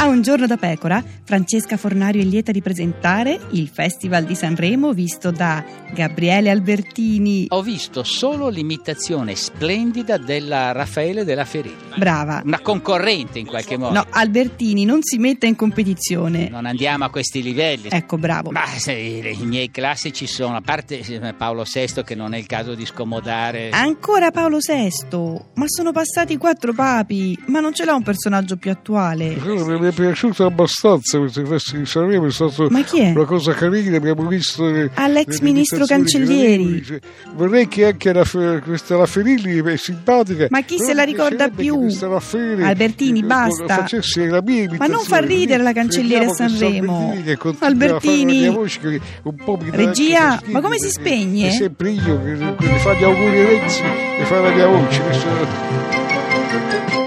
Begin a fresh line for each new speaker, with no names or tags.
A un giorno da pecora, Francesca Fornario è lieta di presentare il Festival di Sanremo visto da Gabriele Albertini.
Ho visto solo l'imitazione splendida della Raffaele della Ferilli,
Brava.
una concorrente in qualche modo.
No, Albertini non si mette in competizione.
Non andiamo a questi livelli.
Ecco, bravo.
Ma se- i miei classici sono, a parte eh, Paolo VI che non è il caso di scomodare.
Ancora Paolo VI, ma sono passati quattro papi, ma non ce l'ha un personaggio più attuale.
Mi è piaciuto abbastanza questo festival di Sanremo, è stata
Ma chi è?
una cosa carina, abbiamo visto... le-
All'ex
le
ministro
limitazioni che
Cancellieri.
avevo, dice, Vorrei che anche la, Fe- questa Raffaelli è simpatica.
Ma chi
però
se la
mi piacerebbe
ricorda
che
più?
questa Raffaele,
Albertini,
eh,
basta.
facesse la
Ma
mia
non
imitazione,
far ridere la cancelliere a
vediamo questa
Sanremo.
Albertini che continua a
Albertini.
fare la mia voce che un po' mi dà anche
Regia, ma
fastidio,
come si
perché
spegne?
È sempre io che che fa gli auguri a Renzi e fa la mia voce. questo-